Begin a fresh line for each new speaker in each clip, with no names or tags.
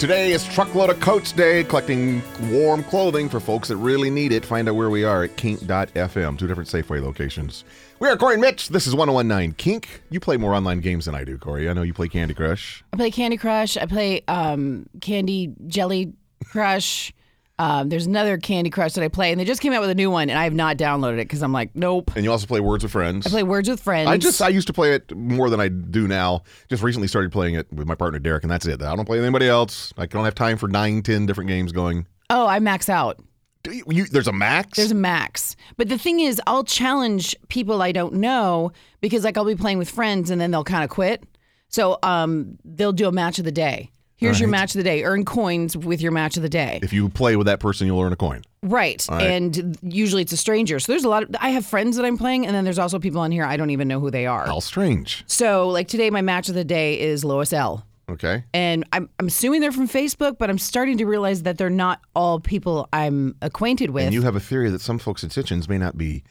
Today is Truckload of Coats Day, collecting warm clothing for folks that really need it. Find out where we are at kink.fm, two different Safeway locations. We are Corey and Mitch. This is 1019 Kink. You play more online games than I do, Corey. I know you play Candy Crush.
I play Candy Crush. I play um, Candy Jelly Crush. Um, there's another Candy Crush that I play, and they just came out with a new one, and I have not downloaded it because I'm like, nope.
And you also play Words with Friends.
I play Words with Friends.
I just I used to play it more than I do now. Just recently started playing it with my partner Derek, and that's it. I don't play with anybody else. I don't have time for nine, ten different games going.
oh, I max out.
Do you, you- there's a max.
There's a max. But the thing is, I'll challenge people I don't know because like I'll be playing with friends and then they'll kind of quit. So um, they'll do a match of the day. Here's your match of the day. Earn coins with your match of the day.
if you play with that person, you'll earn a coin.
Right.
right.
And usually it's a stranger. So there's a lot of I have friends that I'm playing and then there's also people on here I don't even know who they are.
How strange.
So like today my match of the day is Lois L.
Okay.
And I'm I'm assuming they're from Facebook, but I'm starting to realize that they're not all people I'm acquainted with.
And you have a theory that some folks' intentions may not be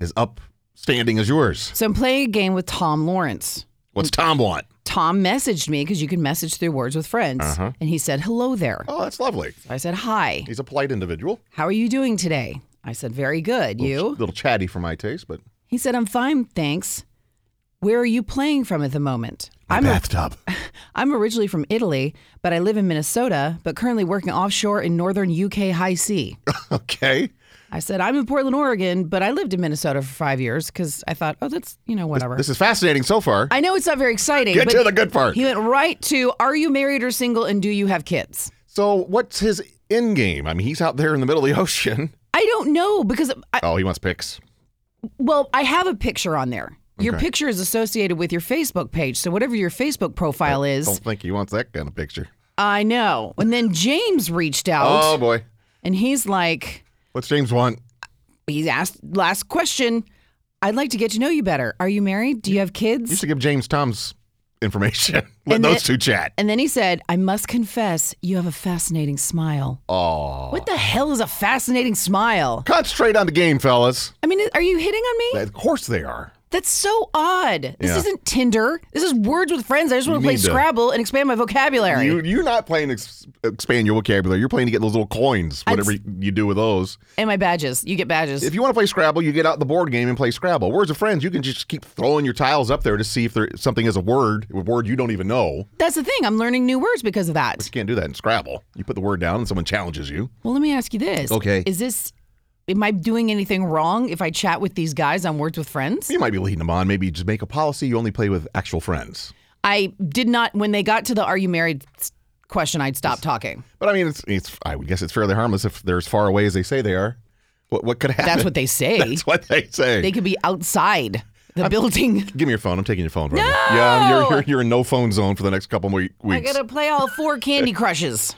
as upstanding as yours.
so I'm playing a game with Tom Lawrence.
What's Tom want?
Tom messaged me because you can message through words with friends,
Uh-huh.
and he said hello there.
Oh, that's lovely.
I said hi.
He's a polite individual.
How are you doing today? I said very good. You?
Little chatty for my taste, but
He said I'm fine, thanks. Where are you playing from at the moment? I'm a,
bathtub.
I'm originally from Italy, but I live in Minnesota, but currently working offshore in northern UK high sea.
okay.
I said I'm in Portland, Oregon, but I lived in Minnesota for five years because I thought, oh, that's you know whatever.
This is fascinating so far.
I know it's not very exciting.
Get
but
to the good part.
He went right to Are you married or single, and do you have kids?
So, what's his end game? I mean, he's out there in the middle of the ocean.
I don't know because I,
Oh, he wants pics.
well, I have a picture on there. Your
Okay.
picture is associated with your Facebook page, so whatever your Facebook profile
Don't
is,
think he wants that kind of picture.
I know. And then James reached out,
Oh boy,
and he's like,
what's James want?
he's asked last question. I'd like to get to know you better. Are you married? Do you have kids?
You should give James Tom's information. Let
And
those
the-
two chat.
and then he said, I must confess, you have a fascinating smile.
Oh,
What the hell is a fascinating smile?
concentrate on the game, fellas.
I mean, are you hitting on me?
Of course they are.
That's so odd. This
Yeah.
isn't Tinder. This is words with friends. I just want to play
need to-
Scrabble and expand my vocabulary.
You, you're not playing to ex- expand your vocabulary. You're playing to get those little coins, whatever you do with those.
and my badges. You get badges.
If you want to play Scrabble, you get out the board game and play Scrabble. Words of friends, you can just keep throwing your tiles up there to see if there something is a word, a word you don't even know.
That's the thing. I'm learning new words because of that.
You can't do that in Scrabble. You put the word down and someone challenges you.
Well, let me ask you this.
Okay.
Is this, am I doing anything wrong if I chat with these guys on Words with Friends?
You might be leading them on. Maybe just make a policy you only play with actual friends.
I did not, when they got to the Are You Married s- question, I'd stopped talking.
But I mean, it's, it's I would guess it's fairly harmless if they're as far away as they say they are. What what could happen?
That's what they say.
That's what they say.
they could be outside the building.
Give me your phone. I'm taking your phone. From you. Yeah, you're, you're you're in no phone zone for the next couple more weeks.
I gotta play all four Candy Crushes.